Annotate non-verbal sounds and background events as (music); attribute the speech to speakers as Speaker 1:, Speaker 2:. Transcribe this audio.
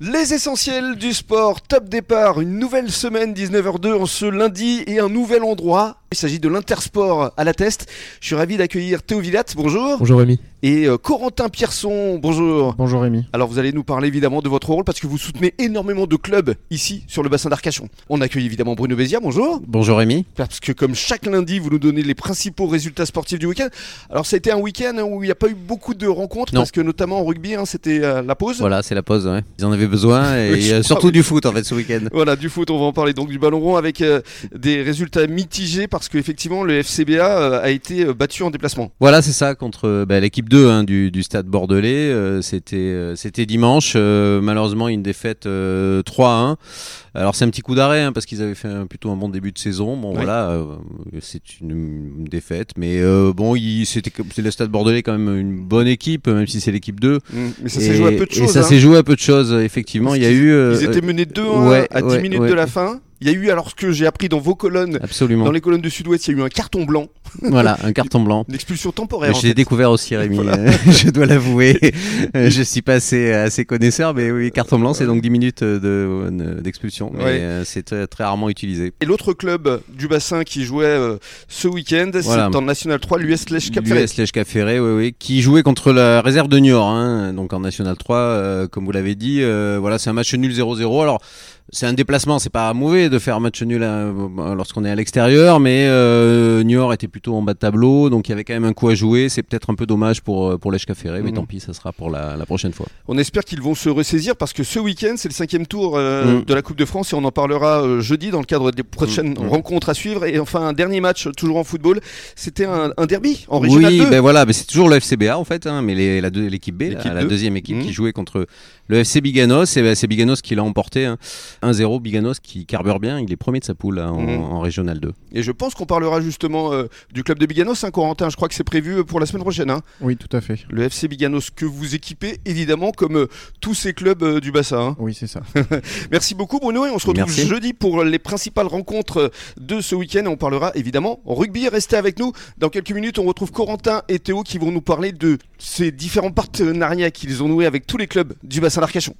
Speaker 1: Les essentiels du sport, top départ, une nouvelle semaine 19h02 en ce lundi et un nouvel endroit. Il s'agit de l'Intersport à la Teste. Je suis ravi d'accueillir Théo Villatte, bonjour.
Speaker 2: Bonjour Rémi.
Speaker 1: Et euh, Corentin Pierson, bonjour.
Speaker 3: Bonjour Rémi.
Speaker 1: Alors vous allez nous parler évidemment de votre rôle parce que vous soutenez énormément de clubs ici sur le bassin d'Arcachon. On accueille évidemment Bruno Bézière, bonjour.
Speaker 4: Bonjour Rémi.
Speaker 1: Parce que comme chaque lundi, vous nous donnez les principaux résultats sportifs du week-end. Alors ça a été un week-end où il n'y a pas eu beaucoup de rencontres
Speaker 4: Non.
Speaker 1: parce que notamment en rugby, hein, c'était euh, la pause.
Speaker 4: Voilà, c'est la pause. ouais. Ils en avaient
Speaker 1: (laughs)
Speaker 4: besoin et
Speaker 1: Oui, je
Speaker 4: euh,
Speaker 1: crois,
Speaker 4: surtout
Speaker 1: oui.
Speaker 4: du foot en fait ce week-end.
Speaker 1: Voilà, du foot, on va en parler donc du ballon rond avec euh, des résultats mitigés parce qu'effectivement le FCBA euh, a été euh, battu en déplacement.
Speaker 4: Voilà, c'est ça contre euh, bah, l'équipe 2 hein, du, du stade bordelais. euh, c'était euh, c'était dimanche. euh, malheureusement, une défaite euh, 3-1. Alors c'est un petit coup d'arrêt hein, parce qu'ils avaient fait un- plutôt un bon début de saison. Bon
Speaker 1: Ouais.
Speaker 4: voilà, euh, c'est une, une défaite, mais euh, bon, il- c'était comme- c'est le stade bordelais quand même une bonne équipe, même si c'est l'équipe 2.
Speaker 1: Mais ça s'est joué à peu de
Speaker 4: Mm. Et
Speaker 1: choses.
Speaker 4: ça
Speaker 1: hein.
Speaker 4: s'est joué à peu de choses. Effectivement,
Speaker 1: Parce
Speaker 4: il y a
Speaker 1: qu'ils-
Speaker 4: eu. euh,
Speaker 1: Ils étaient menés 2-1
Speaker 4: ouais,
Speaker 1: à 10
Speaker 4: ouais,
Speaker 1: minutes
Speaker 4: ouais.
Speaker 1: de la fin. Il y a eu, alors ce que j'ai appris dans vos colonnes,
Speaker 4: Absolument.
Speaker 1: dans les colonnes de Sud-Ouest, il y a eu un carton blanc,
Speaker 4: Voilà, un carton blanc.
Speaker 1: une expulsion
Speaker 4: Mais
Speaker 1: temporaire. en
Speaker 4: je l'ai
Speaker 1: fait.
Speaker 4: découvert
Speaker 1: (laughs)
Speaker 4: aussi, Rémi. euh, (laughs) je dois l'avouer. Euh, je suis pas assez, assez connaisseur, mais oui, carton blanc, c'est donc 10 minutes euh, de- d'expulsion. mais
Speaker 1: Ouais.
Speaker 4: euh, c'est très, très rarement utilisé.
Speaker 1: Et l'autre club du bassin qui jouait euh, ce week-end,
Speaker 4: Voilà.
Speaker 1: c'est en National 3, l'US Lèche Cap Ferret.
Speaker 4: L'US Lèche Caféré, oui, oui, qui jouait contre la réserve de Niort, hein, donc en National 3, euh, comme vous l'avez dit. euh, voilà, c'est un match nul 0-0. Alors, c'est un déplacement, c'est pas mauvais de faire un match nul euh, lorsqu'on est à l'extérieur, mais euh, Niort était plutôt en bas de tableau, donc il y avait quand même un coup à jouer. C'est peut-être un peu dommage pour, euh, pour Lèche Caféré, mais
Speaker 1: Mhm.
Speaker 4: tant pis, ça sera pour la, la prochaine fois.
Speaker 1: On espère qu'ils vont se ressaisir parce que ce week-end, c'est le cinquième tour euh,
Speaker 4: Mm.
Speaker 1: de la Coupe de France et on en parlera euh, jeudi dans le cadre des prochaines
Speaker 4: Mm.
Speaker 1: rencontres à suivre. Et enfin, un dernier match, euh, toujours en football, c'était un, un derby en Régional
Speaker 4: oui,
Speaker 1: 2.
Speaker 4: ben voilà, ben c'est toujours le FCBA en fait, hein, mais les- la deux- l'équipe B,
Speaker 1: L'équipe
Speaker 4: la, la
Speaker 1: deux.
Speaker 4: deuxième équipe
Speaker 1: Mhm.
Speaker 4: qui jouait contre le FC Biganos, et ben c'est Biganos qui l'a emporté hein. 1-0. Biganos qui carbure bien, il est premier de sa poule hein, en,
Speaker 1: Mhm.
Speaker 4: en régional 2.
Speaker 1: Et je pense qu'on parlera justement euh, du club de Biganos, hein, Corentin. Je crois que c'est prévu pour la semaine prochaine. hein.
Speaker 3: Oui, tout à fait.
Speaker 1: Le FC Biganos que vous équipez, évidemment, comme euh, tous ces clubs euh, du bassin. hein.
Speaker 3: Oui, c'est ça.
Speaker 1: Merci beaucoup, Bruno. Et on se retrouve
Speaker 4: Merci.
Speaker 1: jeudi pour les principales rencontres de ce week-end. Et On parlera évidemment rugby. Restez avec nous. Dans quelques minutes, on retrouve Corentin et Théo qui vont nous parler de ces différents partenariats qu'ils ont noués avec tous les clubs du bassin d'Arcachon.